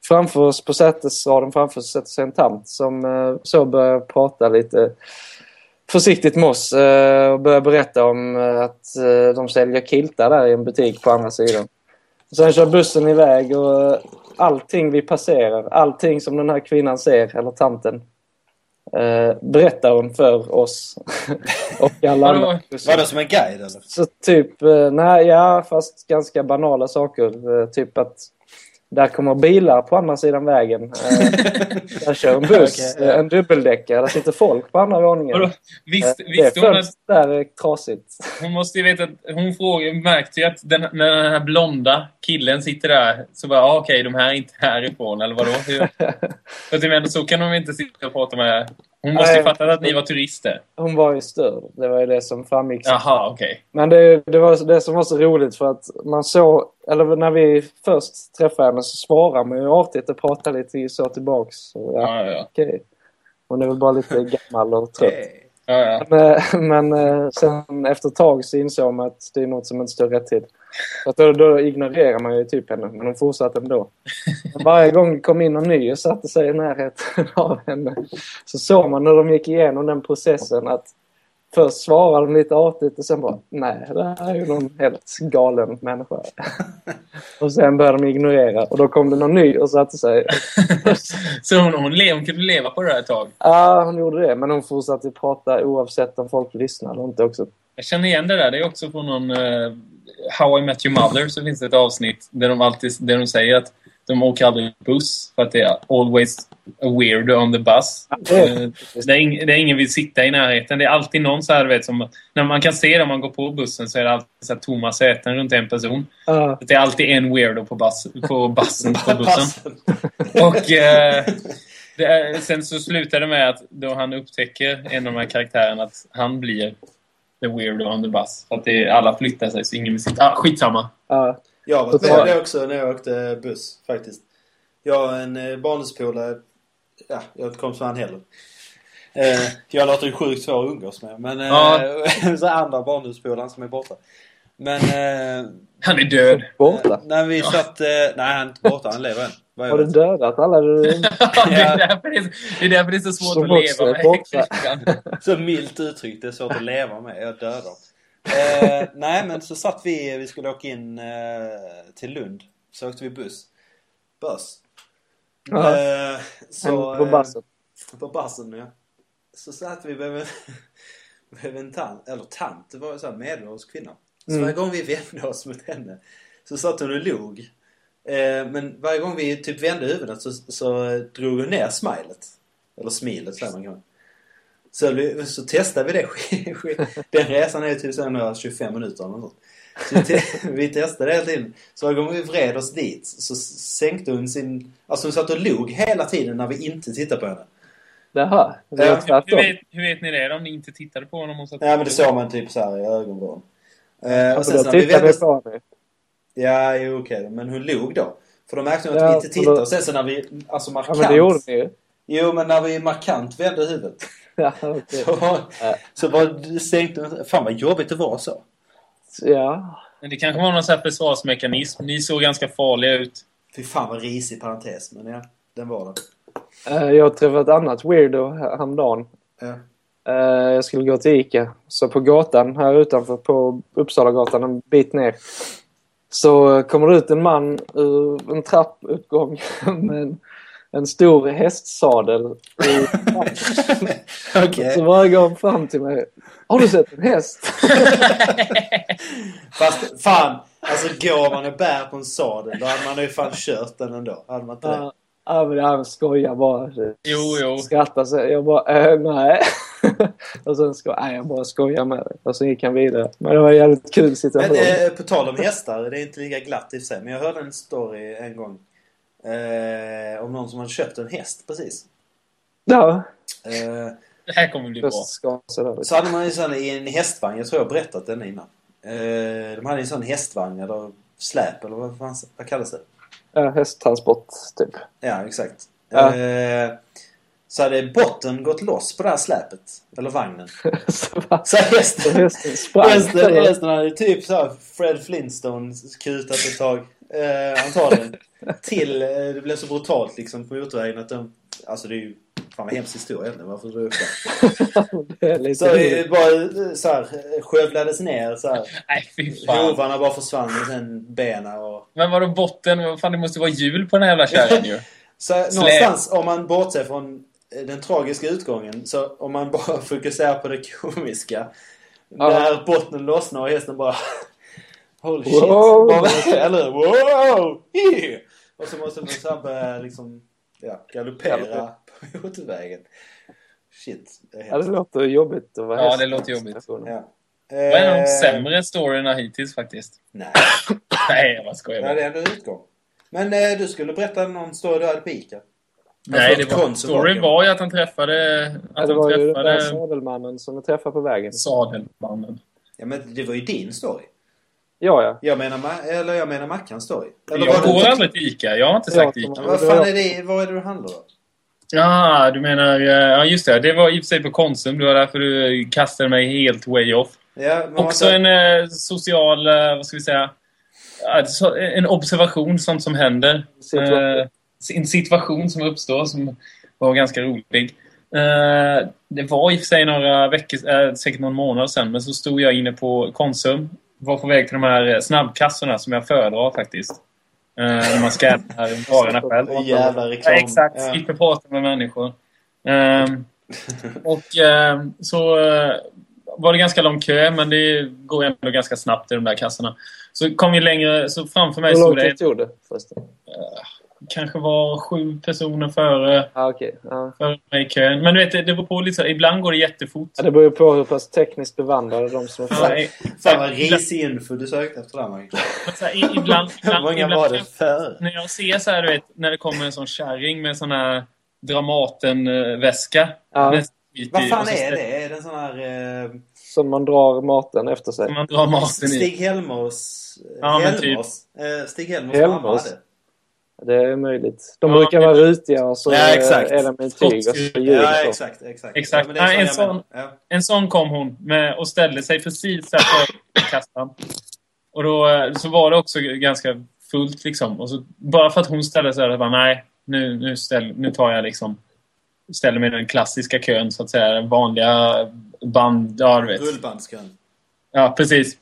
Framför oss på sätesraden framför oss sätter sig en tant som eh, så börjar prata lite försiktigt med oss eh, och börjar berätta om eh, att eh, de säljer kiltar där i en butik på andra sidan. Sen kör bussen iväg och eh, allting vi passerar, allting som den här kvinnan ser, eller tanten, eh, berättar hon för oss. och alla
Vadå?
andra.
Var det som en guide eller?
Så typ, eh, nej, ja, fast ganska banala saker. Eh, Typ att där kommer bilar på andra sidan vägen. Eh, där kör en buss,
Okej,
eh, en dubbeldäckare, där sitter folk på andra våningen.
Vadå?
Eh,
Visst,
Det
visst hon, att,
fönstret där är trasigt.
hon måste ju veta att hon frågade, märkte ju att den, när den här blonda killen sitter där så bara, ah, okej, de här är inte härifrån, eller vadå? Hur? Så att jag menar, så kan de inte sitta och prata med det här. Hon måste ju
Nej.
fatta att ni var turister.
Hon var ju störd, det var ju det som framgick.
Jaha, okej.
Men det, det var det som var så roligt för att man såg, eller när vi först träffade henne så svarade man ju artigt och pratade lite så tillbaks. Så, ja,
Ja, ja,
okej. Hon är väl bara lite gammal och trött.
ja, ja.
Men, men eh, sen efter ett tag så insåg man att det är något som inte står rätt till. Så att då, då ignorerar man ju typ henne, men hon fortsatte ändå. Men varje gång det kom in någon ny och satte sig i närheten av henne så såg man när de gick igenom den processen att först svarade de lite artigt och sen bara nej, det här är ju någon helt galen människa. Och sen började de ignorera och då kom det någon ny och satte sig.
Så hon, hon, le- hon kunde leva på det här ett tag.
Ja, hon gjorde det, men hon fortsatte ju prata oavsett om folk lyssnade eller inte också.
Jag känner igen det där. Det är också från någon eh, How I Met Your Mother så finns det ett avsnitt där de, alltid, där de säger att de åker aldrig buss för att det är always a weirdo on the bus.
det är-
Eh, där, ing, där ingen vill sitta i närheten. Det är alltid någon så här, du vet, som... När man kan se det om man går på bussen så är det alltid så här tomma säten runt en person.
Ja.
Det är alltid en weirdo på, bus, på bussen. På bussen.
Passen.
Och eh, det är, sen så slutar det med att då han upptäcker en av de här karaktärerna att han blir the weirdo on the bus. För att det, alla flyttar sig så ingen vill sitta. Ah, skitsamma.
Ja.
Jag har varit
Och
med
så-
om det också när jag åkte buss faktiskt. Jag och en eh, barndomspolare, ja, jag vet inte kompis med han heller. Eh, jag låter ju sjukt svår att umgås med. Men eh, så andra barndomspolaren som är borta. Men... Eh,
Han är död.
Borta?
När vi satt... Eh, nej, han är inte borta. Han lever än. Vad jag
Har du
vet.
dödat alla du...
det, är därför det, är, det är därför det är så svårt
Som
att
också
leva
är
med
borta.
häxkyrkan.
Så milt uttryckt, det är svårt att leva med. Jag dör dem. Eh, nej, men så satt vi, vi skulle åka in eh, till Lund. Så åkte vi buss. Buss.
Ja.
Eh, så,
på
eh,
bussen?
på bussen, ja. Så satt vi bredvid, bredvid en tant, eller tant, det var ju så här medelålders kvinna. Så
Mm.
varje gång vi vände oss mot henne så satt hon och log. Eh, men varje gång vi typ vände huvudet så, så eh, drog hon ner smilet. Eller smilet säger man kanske. Så, vi- så testade vi det. sk- sk- Den resan är typ så här några 25 minuter eller något. Så vi, te- vi testade hela tiden. Så varje gång vi vred oss dit så s- sänkte hon sin... Alltså hon satt och log hela tiden när vi inte tittade på henne.
Jaha, det
Ja,
var
du
hur,
tvärtom.
vet, hur vet ni det om ni inte tittade på honom? Och satt-
Ja men det såg man typ så här i ögonvrån. Eh, och
Alltså,
sen
då
så när vi
tittar
vände
vi
oss...
på nu.
Ja, jo okej då, men hon log då. För då märkte hon att
Ja,
vi inte
för
tittade.
då-
Och sen så när vi, alltså
Ja,
markant.
men det gjorde ni ju.
Jo men när vi markant vände huvudet.
Ja, okej.
Så var,
Ja.
så var sänkte hon... Fan vad jobbigt det var så.
Ja.
Men Det kanske var någon så här försvarsmekanism. Ni såg ganska farliga ut.
Fy fan vad risig parentes, men ja. Den var den.
Eh, Jag träffade ett annat weirdo här- häromdagen.
Ja.
Eh, Jag skulle gå till Ica. Så på gatan här utanför, på Uppsalagatan en bit ner. Så kommer det ut en man ur en trappuppgång med en, en stor hästsadel.
Okej.
Så varje gång fram till mig. Har du sett en häst?
Fast fan, alltså går man och bär på en sadel då hade man ju fan kört den ändå. Hade man inte det?
Ja, ja, men han skojar bara.
Jo, jo.
Skrattar så jag bara, äh, nej. och sen sko- nej, jag bara skojar med det. Och sen gick han vidare. Men det var en jävligt kul
Men
situation.
eh, på tal om hästar, det är inte lika glatt i och för sig. Men jag hörde en story en gång. Eh, om någon som hade köpt en häst precis.
ja,
Eh,
Det här kommer bli
jag
bra.
ska så där.
Så hade man ju sån i en hästvagn, jag tror jag har berättat den innan. Eh, de hade ju en sån hästvagn eller släp eller vad, fan, vad kallas det?
Ja, hästtransport, typ.
Ja, exakt.
Ja.
Eh, så hade botten gått loss på det här släpet, eller vagnen.
så bara,
Så hästen,
hästen sprang.
hästen, hästen hade typ så här Fred Flintstone kutat ett tag. Eh, han tar den. Till, eh, det blev så brutalt liksom på motorvägen att de, alltså det är ju, fan vad hemsk historia egentligen, varför drog jag upp det?
det är lite
Så det bara eh, så här, eh, skövlades ner så här.
Nej, fy fan.
Hovarna bara försvann och sen benen och...
Men vadå botten? Vad fan, det måste vara jul på den här jävla kärran ju.
Så någonstans, om man bortser från eh, den tragiska utgången, så om man bara fokuserar på det komiska.
Ja.
När botten lossnar och hästen bara... Holy shit!
Wow.
Bara, eller hur? wow! Yeah! Och så måste man så här börja liksom ja, galoppera på motorvägen. Shit, det är
Ja, det
hemskt.
låter jobbigt att vara
Ja,
häst.
det låter jobbigt.
Ja.
Det var en av de
Eh,
sämre storyna hittills faktiskt.
Nej,
Nej, jag bara skojar.
ja,
bara.
det är ändå en utgång. Men eh, du skulle berätta någon story du hade på Ica.
Nej, det
Konsum
var, story
bakom.
var ju att han träffade...
Ja,
Att eh,
det
han
var ju den där
träffade
sadelmannen som jag träffade på vägen.
sadelmannen.
Ja, men det var ju din story.
Ja, ja.
Jag menar, ma- eller jag menar Mackans story. Eller
Jag
var det-
går aldrig till Ica. Jag har inte sagt
Ja,
Ica.
Men Vad fan är det, vad är det du handlar om?
Ja, du menar... eh, Ja, just det. Det var i och för sig på Konsum. Det var därför du kastade mig helt way off.
Ja, men
Också
alltså-
en eh, social... Eh, vad ska vi säga? Ja, så- En observation, sånt som händer.
Situation.
Eh, en situation som uppstår som var ganska rolig. Eh, det var i och för sig några veckor, eh, säkert någon månad sedan, men så stod jag inne på Konsum. Var på väg till de här eh, snabbkassorna som jag föredrar faktiskt. Eh, när man scannar varorna själv.
en jävla reklam.
Ja, exakt.
Ja.
Slipper prata med människor. Ehm, och ehm, så eh, var det ganska lång kö, men det går ju ändå ganska snabbt i de där kassorna. Så kom vi längre, så framför mig
Hur lång
stod det
tid tog det förresten?
kanske var sju personer före,
Ja, okej. Ja.
före mig i kön. Men du vet, det det beror på lite så, ibland går det jättefort.
Ja, det beror ju på hur pass tekniskt bevandrade de som är
Ja,
framme.
i-
Fan vad risig info du sökte efter där, Magnus.
men så här, i- ibland,
Hur
ibland,
många
ibland
var det för?
när jag ser så här, du vet, när det kommer en sån kärring med sån här eh, Dramaten-väska.
Ja.
med skit i,
Vad fan
och så
är det? Är det en sån här... Eh,
Som man drar maten efter sig.
Man drar maten i.
Stig Helmers...
Ja, men typ.
Helmers? Eh, Stig Helmers mamma
Helmers?
hade.
Det är möjligt. De
Ja,
brukar
men-
vara rutiga och så
Ja, exakt.
är de med tyg och så
Skotsk-
ljud. och
Ja,
så.
exakt. Exakt.
Exakt.
Ja, men det är
Nej,
sån
en
jag menar.
En sån kom hon med och ställde sig precis där för kassan. Och då eh, så var det också ganska fullt liksom. Och så, bara för att hon ställde sig där, jag bara nej, nu, nu, ställ, nu tar jag liksom ställer mig i den klassiska kön så att säga. Den vanliga band... Ja, du
Ja.
vet.
Rullbandskön.
Ja, precis.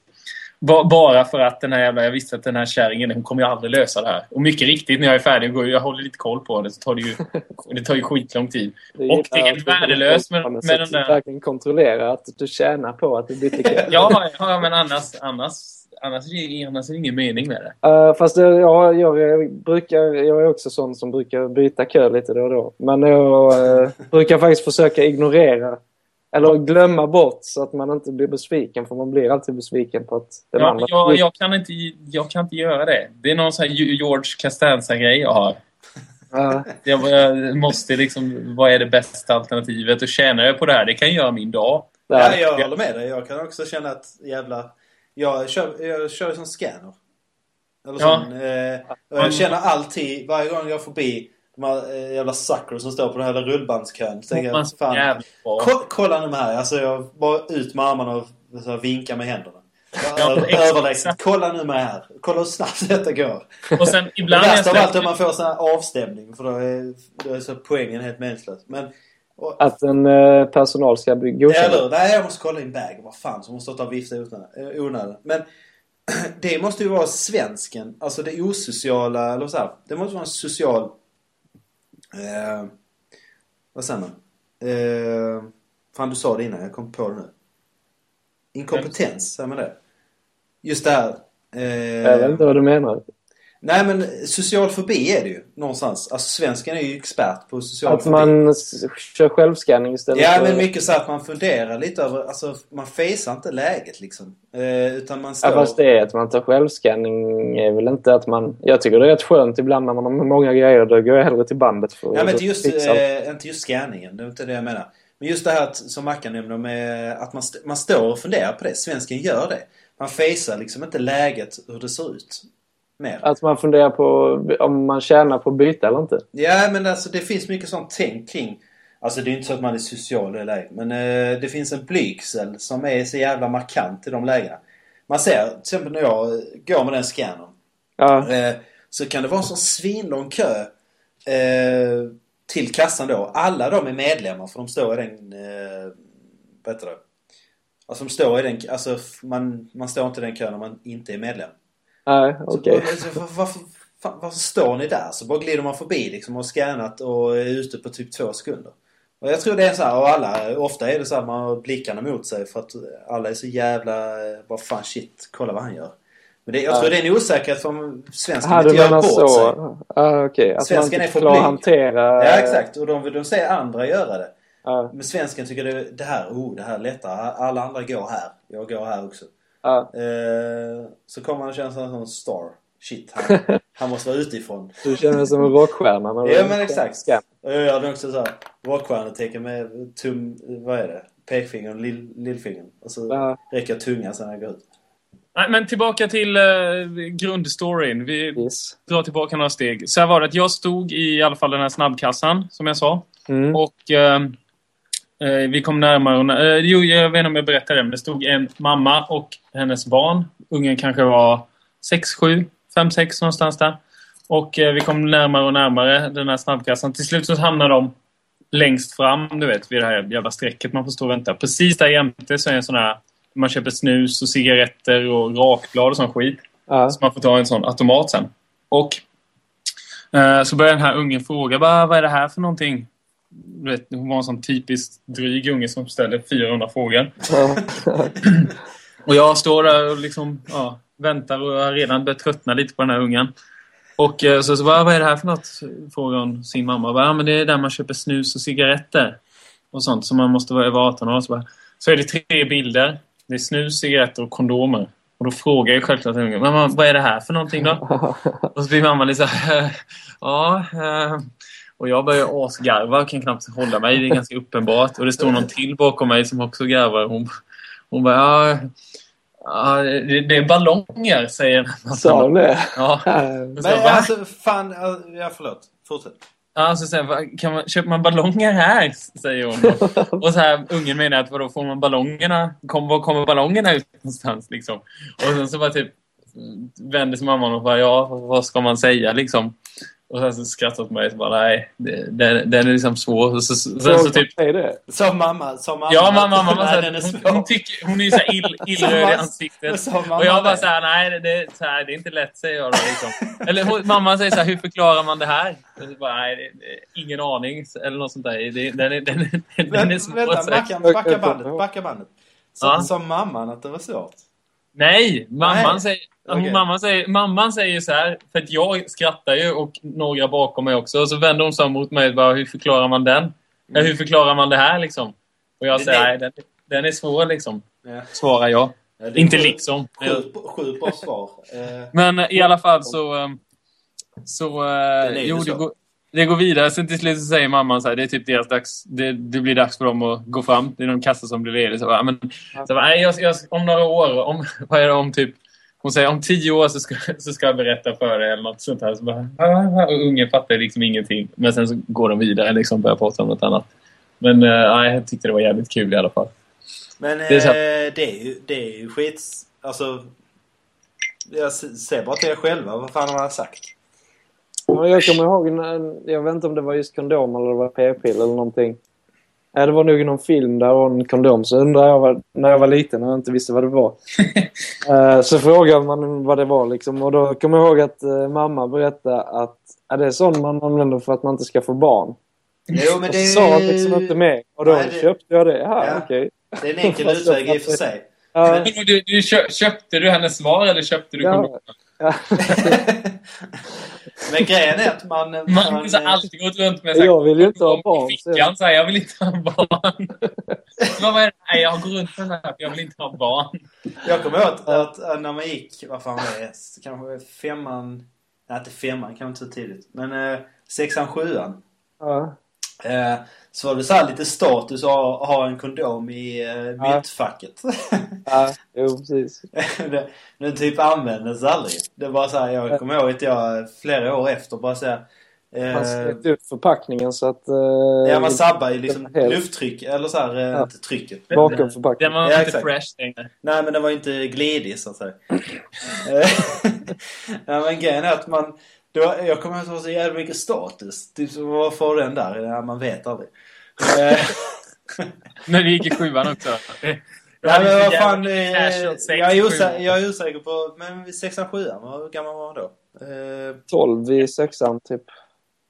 Ba- Bara för att den här jävla, jag visste att den här kärringen, hon kommer ju aldrig lösa det här. Och mycket riktigt, när jag är färdig, går, jag håller lite koll på det, så tar det ju, det tar ju skitlång tid.
gillar
Och det är helt
att
värdelöst med-
Ja, men
med
så
den
att
där-
verkligen kontrollera att du tjänar på att du blir lika.
Ja, ja men annars, annars, annars, annars är det ingen mening med det.
Eh, fast jag, jag, jag, brukar, jag är också sån som brukar byta kö lite då och då. Men jag eh, brukar faktiskt försöka ignorera eller glömma bort så att man inte blir besviken. För man blir alltid besviken på att den
Ja,
andra...
jag, jag, kan inte, jag kan inte göra det. Det är någon sån här Ju- George Costanza-grej jag har.
Ja,
Jag, jag måste liksom, vad är det bästa alternativet? Och tjänar jag på det här, det kan göra min dag.
Ja,
där.
jag håller med dig. Jag kan också känna att jävla... Jag kör, jag kör som scanner. Eller
Ja.
sån, eh, och jag känner alltid, varje gång jag är förbi de här eh, jävla suckers som står på den här jävla rullbandskön. Så tänker
Man är
jag,
så
fan,
jävla bra.
ko- kolla nu här. Alltså jag bara ut med armarna och så här, vinkar med händerna.
Ja,
Över-
exakt.
Överlägset. Kolla nu med här. Kolla hur snabbt detta går.
Och sen ibland... när jag
Värst av allt är
släpper-
om man får sån här avstämning för då är, då är så poängen helt meningslös. Men... Och,
Att en eh, personal ska bli godkänd.
Eller Nej, jag måste kolla in bag. Vad fan, så måste jag ta och vifta i onödan- eh, onödan. Men det måste ju vara svensken. Alltså det osociala, eller så här. Det måste vara en social... Eh, vad säger man? Eh, fan, du sa det innan. Jag kom på det nu. Inkompetens, säger man det? Just det här. eh,
Jag vet inte vad du menar.
nej men social fobi är det ju någonstans. Alltså svensken är ju expert på social
Att
fobi.
man s- kör självskanning istället
Ja,
för...
men mycket så att man funderar lite över, alltså man facear inte läget liksom. Eh, utan man står...
Ja, fast det är att man tar självskanning är väl inte att man... Jag tycker det är rätt skönt ibland när man har många grejer. Då går jag hellre till bandet för
ja, men
att
inte just,
fixa allt.
eh, inte just scanningen, det är inte det jag menar. Men just det här att, som Mackan nämnde med att man, st- man står och funderar på det. Svensken gör det. Man facear liksom inte läget, hur det ser ut. Mer.
Att man funderar på om man tjänar på att byta eller inte.
Ja, men alltså det finns mycket sånt tänk kring... Alltså det är ju inte så att man är social eller ej, men eh, det finns en blygsel som är så jävla markant i de lägena. Man ser, till exempel när jag eh, går med den scannern.
Ja,
Eh, så kan det vara en sån svinlång kö eh, till kassan då. Alla de är medlemmar för de står i den... Eh, vad heter det? Alltså de står i den... Alltså f- man, man står inte i den kön när man inte är medlem.
nej,
Så-
okej.
så var- varför, fan, varför står ni där? Så bara glider man förbi liksom och har scannat och är ute på typ två sekunder. Och jag tror det är så här, och alla, ofta är det så här man har blickarna mot sig för att alla är så jävla, eh, vad fan shit, kolla vad han gör. Men det, jag
Ja.
tror det är en osäkerhet för svensken
Ja,
inte
du
gör
menar
bort
så.
sig.
Ja, okej. Att man
Svensken är
inte
för
klarar att
blyg.
hantera...
Ja exakt, och de, de ser andra göra det.
Ja,
Men svensken tycker det, det här, oh det här är lättare, alla andra går här, jag går här också.
ja.
Eh, så kommer han att känna sig som en star. Shit, han, han måste vara utifrån.
Du känner dig som en rockstjärna. när du-
Ja men exakt.
Ja.
Och jag hade också såhär rockstjärnetecken med tum... Vad är det? Pekfingern och lill, lillfingern. Och så
Ja.
räcker jag tungan sen när jag går ut.
Nej, men tillbaka till eh, grundstoryn. Vi
Yes.
drar tillbaka några steg. Så här var det att jag stod i alla fall den här snabbkassan, som jag sa.
Mm.
Och eh, eh, vi kom närmare och nä- eh, Jo, jag vet inte om jag berättade det, men det stod en mamma och hennes barn. Ungen kanske var 6, 7, 5, 6 någonstans där. Och eh, vi kom närmare och närmare den här snabbkassan. Till slut så hamnade de längst fram, du vet, vid det här jävla strecket man får stå och vänta. Precis där jämte så är en sån här... Man köper snus och cigaretter och rakblad och sån skit.
Ja.
Så man får ta en sån automat sen. Och eh, så börjar den här ungen fråga bara, vad är det här för någonting? Du vet, hon var en sån typiskt dryg unge som ställde 400 frågor. Och jag står där och liksom, ja, väntar och har redan börjat tröttna lite på den här ungen. Och eh, så, så bara, vad är det här för något? Frågar hon sin mamma. Bara, ja, men det är där man köper snus och cigaretter. Och sånt som man måste vara över 18 år. Så, bara, så är det tre bilder. Det är snus, cigaretter och kondomer. Och då frågar jag självklart den ungen, mamma vad är det här för någonting då? Och så blir mamma lite så här, ja. eh." Och jag börjar asgarva och kan knappt hålla mig. Det är ganska uppenbart. Och det står någon till bakom mig som också garvar. Hon, hon bara, ja. Ja, det, det är ballonger, säger den här mamman.
Sa hon det?
Ja.
Ja.
Och Så,
Men
va?
alltså fan, alltså, ja förlåt. Fortsätt.
Ja, alltså så säger jag, "Va, kan man, köper man ballonger här? Säger hon. då. Och så här, ungen menar att vadå, får man ballongerna? Kom, var kommer ballongerna ut någonstans liksom? Och sen så bara typ vänder sig mamman och bara, ja, vad ska man säga liksom? Och sen så skrattar hon åt mig och bara, nej, det- den, den är liksom svår. Och så, så, sen så typ,
Säg det.
Sa mamma, sa mamma.
ja, mamma, mamma,
Nej,
så
den
här,
är svår.
hon, hon, tycker, hon är ju så här ill, illröd i ansiktet.
Sa mamma
Och jag bara
det?
så här, nej det, det, så här, det är inte lätt säger jag då. Liksom. Eller hon- mamma säger så här, hur förklarar man det här? Och så bara, nej, det, det, ingen aning. Eller något sånt där. Det, den, är, den, är- den är
Vänt-
svår att
Vänta,
säga.
backa,
Okej,
backa
okej.
bandet, backa bandet. Sa,
Ja.
sa mamman att det var svårt?
Nej, mamman
Nej.
säger...
Okej.
hon- Mamman säger, mamman säger ju så här, för att jag skrattar ju och några bakom mig också. Och så vänder hon sig om mot mig och bara, hur förklarar man den? Ja, hur förklarar man det här liksom? Och jag
Det-
säger,
det-
nej den, den är svår liksom,
Ja.
svarar jag.
Ja, det är
Inte
sjukt-
liksom.
Sjukt bra- Sjukt bra svar. Eh,
Men eh, i alla fall så... eh, så eh,
Den är ju
jo, det
så.
går, det går vidare. Sen till slut så säger mamman så här, det är typ deras dags. Det, det blir dags för dem att gå fram. Det är de kassa som blir ledig. Så bara, men, så bara, nej, jag, jag, om några år, om, vad är det om typ... Hon säger om tio år så ska, så ska jag berätta för dig eller något sånt här. Så bara, "Ah", och ungen fattar liksom ingenting. Men sen så går de vidare liksom och börjar prata om något annat. Men eh, nej, jag tyckte det var jävligt kul i alla fall.
Men eh,
Det är så
det är ju, det är ju skits... Alltså... Jag ser bara till er själva. Vad fan har han sagt?
Ja, Jag kommer ihåg, när- jag vet inte om det var just kondom eller det var p-piller eller någonting. Ja, det var nog i någon film där var en kondom. Så undrade jag vad, när jag var liten och inte visste vad det var. Eh, så frågade man vad det var liksom. Och då kommer jag ihåg att eh, mamma berättade att ja, det är sån man använder för att man inte ska få barn.
Jo, men
och
det
så
är,
sa jag liksom inte mer. Och då
Nej, det-
köpte jag det. Ja,
Ja.
okej.
det är en enkel
Fast
utväg i och för
att-
sig.
Ja,
Men Du, du, kö- köpte du hennes svar eller köpte du
Ja.
kondomen?
ja.
Men grejen är att man...
Marcus har alltid gått runt med så här
Jag vill ju inte ha
kondom
barn,
i
så jag-
fickan. Så här, jag vill inte ha barn. Vad var det? Nej, jag går runt med den här för jag vill inte ha barn.
Jag kommer ihåg att, att äh, när man gick, vad fan var det? Kanske femman... Nej, inte femman, kanske inte så tidigt. Men eh, sexan, sjuan.
ja.
Eh, så var det så här lite status att ha, ha en kondom i eh,
Ja.
myntfacket.
ja. Jo, precis.
det, den typ användes aldrig. Det var så här, jag kommer ihåg att jag flera år efter bara så här,
Man
eh,
släppte upp förpackningen så att... eh,
Ja, man sabbar ju liksom
Helt.
lufttryck, eller så här, eh,
Ja.
inte trycket.
bakom
Den
förpackningen.
var
Ja,
inte
exakt.
fresh längre.
Nej, men den var ju inte glidig så att säga. Eh, Nej, men grejen är att man... Då, jag kommer ihåg att det var så jävla mycket status. Typ, så varför har den där? Ja, man vet aldrig. Eh,
När du gick i sjuan också.
Nej, men vad fan... eh, Jag är, osä-
Jag
jag är osäker på... Men sexan, sjuan, hur gammal var man då? Eh,
12 i sexan typ.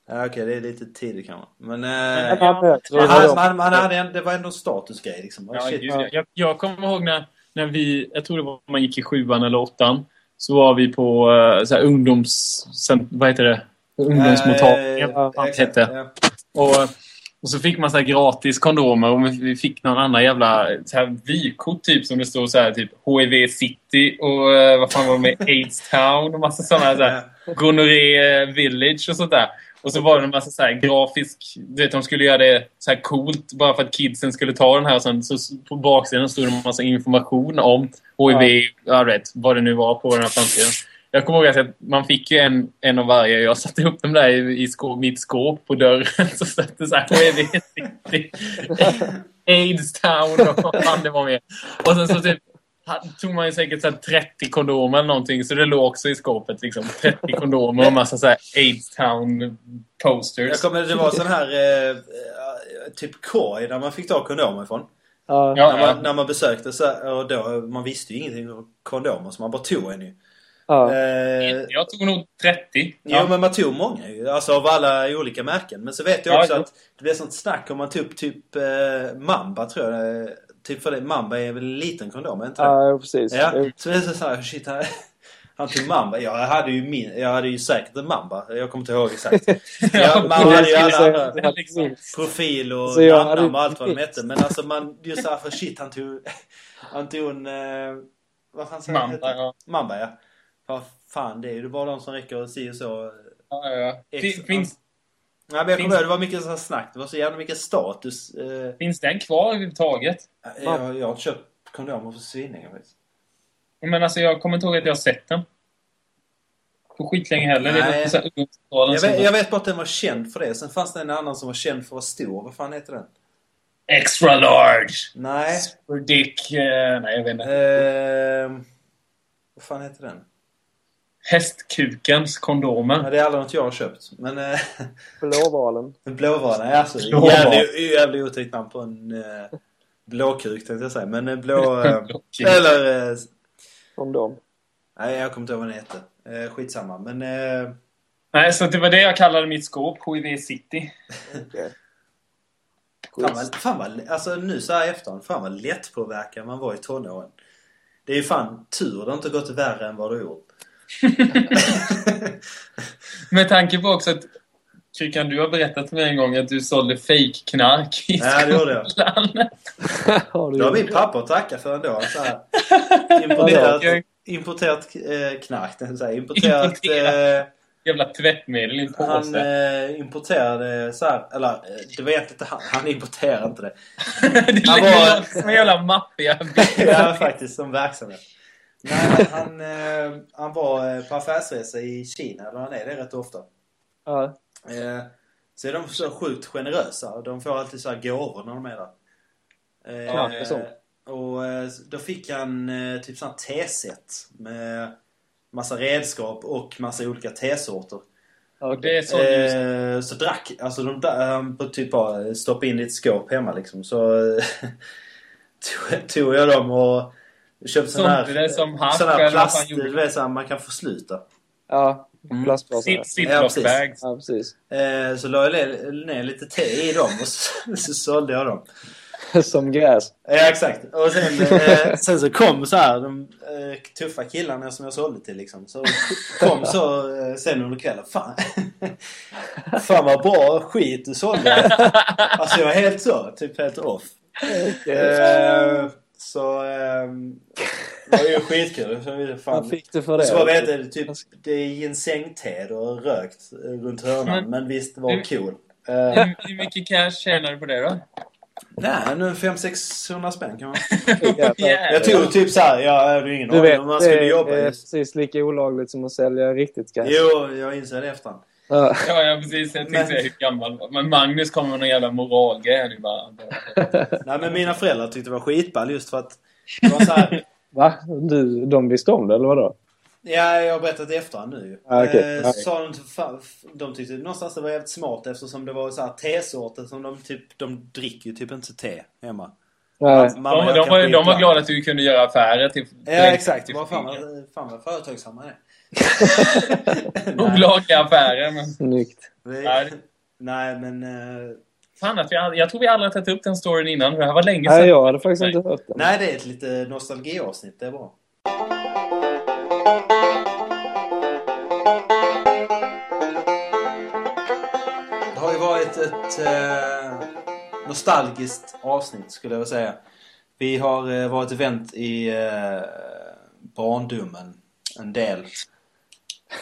ja, Okej, det är lite tidigt kanske. Men... eh,
Ja, men jag tror
man,
det var
hade,
de.
man, man hade en, det var ändå en statusgrej liksom. Oh,
Ja,
shit.
gud, ja. jag, jag kommer ihåg när, när vi, jag tror det var när man gick i sjuan eller åttan, så var vi på eh, så här, ungdoms... cent- Vad heter det?
Eh,
Ungdomsmottagningen. vad fan det
exakt,
hette.
ja.
Och, och så fick man så här gratis kondomer och vi fick någon annan jävla så här, vykort typ som det stod så här typ HIV city och eh, vad fan var det med AIDS town och massa sådana så här gonorré eh, village och sånt där. Och så var det en massa så här grafisk... Du vet, de skulle göra det så här coolt bara för att kidsen skulle ta den här. Och sen, så s- på baksidan stod det en massa information om HIV, ja. jag vet, vad det nu var på den här framsidan. Jag kommer ihåg att man fick ju en, en av varje. Jag satte upp dem där i, i skå, mitt skåp på dörren. Så satt det så här HIV city, AIDS town och vad fan det var med. Och sen så typ han- tog man ju säkert så här 30 kondomer eller någonting så det låg också i skåpet liksom. 30 kondomer och massa så här AIDS town posters.
Jag kommer, det var sån här eh, eh, typ korg där man fick ta kondomer ifrån.
Ja.
Ja,
när, man,
ja.
när man besökte så här, och då, man visste ju ingenting om kondomer så man bara tog en ju.
Ja.
Eh,
Jag tog nog 30.
Jo men man tog många ju, alltså av alla olika märken. Men så vet jag
Ja,
också
jo.
att det blev sånt snack om man tog typ eh, Mamba tror jag. eh, Typ för det, Mamba är väl en liten kondom, är inte det?
Ja, precis.
Ja, så det är så här, shit, han, han tog Mamba. Jag hade ju min, jag hade ju säkert en Mamba. Jag kommer inte ihåg exakt. Ja, man
Jag
hade ju
skulle
alla
säga
andra.
att det hade
Liksom.
minst.
profil och
Så jag hade
namn
inte
och allt vad de
mixed.
hette. Men alltså man, just såhär för shit han tog, han tog en, eh, vad fan säger
Mamba, ja.
Mamba ja. Vad fan det är ju bara de som räcker och si och så.
ja, ja. ja.
Ex-
Fin- Finns,
Nej men jag kommer
Finns-
ihåg det var mycket såhär snack. Det var så jävla mycket status. Eh,
finns den kvar överhuvudtaget?
jag, jag har köpt kondomer för svinningar faktiskt.
Men alltså jag kommer inte ihåg att jag har sett den. På skitlänge heller. Det
Nej.
är på så här ungdomscentralen
Jag
som
vet,
var-
jag vet bara att den var känd för det. Sen fanns det en annan som var känd för att vara stor. Vad fan heter den?
Extra large!
Nej.
Super dick. eh, nej, jag vet inte.
Eh, vad fan heter den?
Hästkukens
Ja,
kondomer.
det är aldrig något jag har köpt. Men... Eh,
Blåvalen.
En Blåvana, ja, alltså.
Blåval.
Jävligt, jävligt otäckt namn på en eh, blåkuk tänkte jag säga. Men en blå... Eh,
Blåkuk.
eller... Eh, s-
Kondom.
nej, jag kommer inte ihåg vad den hette. Eh, skitsamma. Men... Eh,
Nej, så det var det jag kallade mitt skåp. HIV city.
Okej.
fan vad, fan vad, alltså nu så här i efterhand, fan vad lättpåverkad man var i tonåren. Det är ju fan tur det har inte gått värre än vad det gjort.
Med tanke på också att Krykan, du har berättat för mig en gång att du sålde fake-knark i
Nej, det gjorde jag.
skolan.
Har du
Det har
gjort?
min pappa att tacka för ändå. Så här, importerat, importerat eh, knark, tänkte jag säga. Importerat... Eh,
Jävla tvättmedel i en
Han
påse.
eh, importerade så här, eller eh, det vet inte han, han importerade inte det.
det
eh, han
låter
var-
som en jävla maffiga.
Det är faktiskt som verksamhet. Nej, men han, eh, han var eh, på affärsresa i Kina, eller han är det rätt ofta.
Ja.
Eh, så är de så sjukt generösa. De får alltid så här gåvor när de är där. Eh,
Ja, det är sånt.
Och eh, då fick han eh, typ sån här teset med massa redskap och massa olika tesorter.
Och det är så eh,
Eh, så drack, alltså de där, han på typ bara stoppade in i ett skåp hemma liksom. Så eh, tog- tog jag dem och köpte sån
Sålde
här,
det som hasch
sån här
eller vad
plast,
fan
du
gjorde.
vet såhär man kan försluta.
Ja,
Mm.
plastpåsar.
Sitt, sitt
Ja,
ja,
precis.
bags.
Ja, precis.
Eh, så la jag le- ner lite te i dem och så, så sålde jag dem.
Som gräs.
Ja, exakt. Och sen, eh, sen så kom så här de eh, tuffa killarna som jag sålde till liksom. Så kom så eh, sen under kvällen. Fan. Fan vad bra skit du sålde. Alltså jag var helt så, typ helt off. Eh, så eh, det var ju skitkul. Så, vi-
Vad
fan.
fick du för det?
så var det inte, typ, det är ginsengte och rökt eh, runt hörnan.
Men-
Men visst, det var
Mm.
kul. Eh,
Hur, hur mycket cash tjänar du på det då?
nej, nu 500-600 spänn kan man
Jävlar.
Jag tror typ såhär, jag hade ingen
Du
aning
vet,
om man
det
skulle
är
jobba
eh,
just.
precis lika olagligt som att sälja riktigt gräs.
Jo, jag inser det i efterhand.
Ja.
Ja, ja, precis. Jag tänkte
Men-
säga hur gammal han var. Men Magnus kommer med någon jävla moralgrej. här nu bara.
Nej men mina föräldrar tyckte det var skitball just för att det var såhär,
Va? Du, de visste om det, eller vadå?
ja jag har berättat i efterhand nu ju.
Ja, Ah, okej.
Eh,
Ja.
så sa de, typ, fan, f- de tyckte någonstans det var jävligt smart eftersom det var såhär tesorter som de typ, de dricker ju typ inte te hemma.
Nej.
De,
jag
de,
kan
var, de var
skitball.
glada att typ du kunde göra affärer. Till,
Ja exakt,
till
vad fan,
fingret.
vad- fan vad företagsamma ni är. Nej,
Olagliga affärer. Men
Snyggt.
vi,
Nej.
nej men... eh,
fan att vi, all- jag tror vi aldrig har tagit upp den storyn innan. Det här var länge sedan.
Nej, jag hade faktiskt inte hört det.
Nej det är ett lite nostalgiavsnitt, det är bra. Det har ju varit ett eh, nostalgiskt avsnitt skulle jag vilja säga. Vi har eh, varit event i eh, barndomen en del.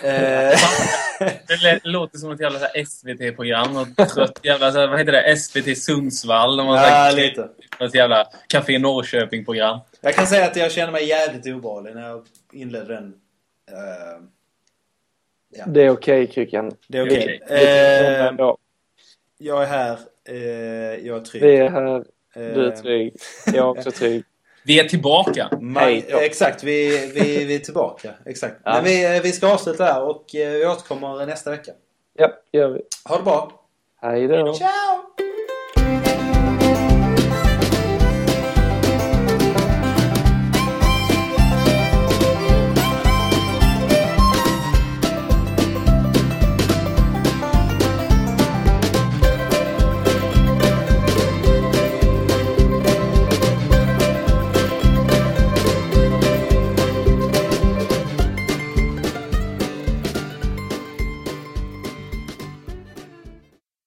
Eh,
Det lät- låter som ett jävla så här SVT-program. Och trött jävla, så här, vad heter det? SVT Sundsvall. Och man,
ja,
så här,
lite.
något jävla Café Norrköping-program.
Jag kan säga att jag känner mig jävligt obehaglig när jag inledde den. Eh,
Det är okej, Kryckan.
det är
Det är
okej.
Det är
Eh,
okej ändå.
Jag är här. Eh, jag är trygg.
Vi är här. Du är
Eh,
trygg. Jag är också trygg.
Vi är tillbaka.
Ma-
Hej då.
exakt, vi, vi, vi är tillbaka. Exakt.
Ja.
Men vi, vi ska avsluta här eh, och eh, vi återkommer nästa vecka.
Ja, gör vi.
Ha det bra!
Hej då.
Ciao!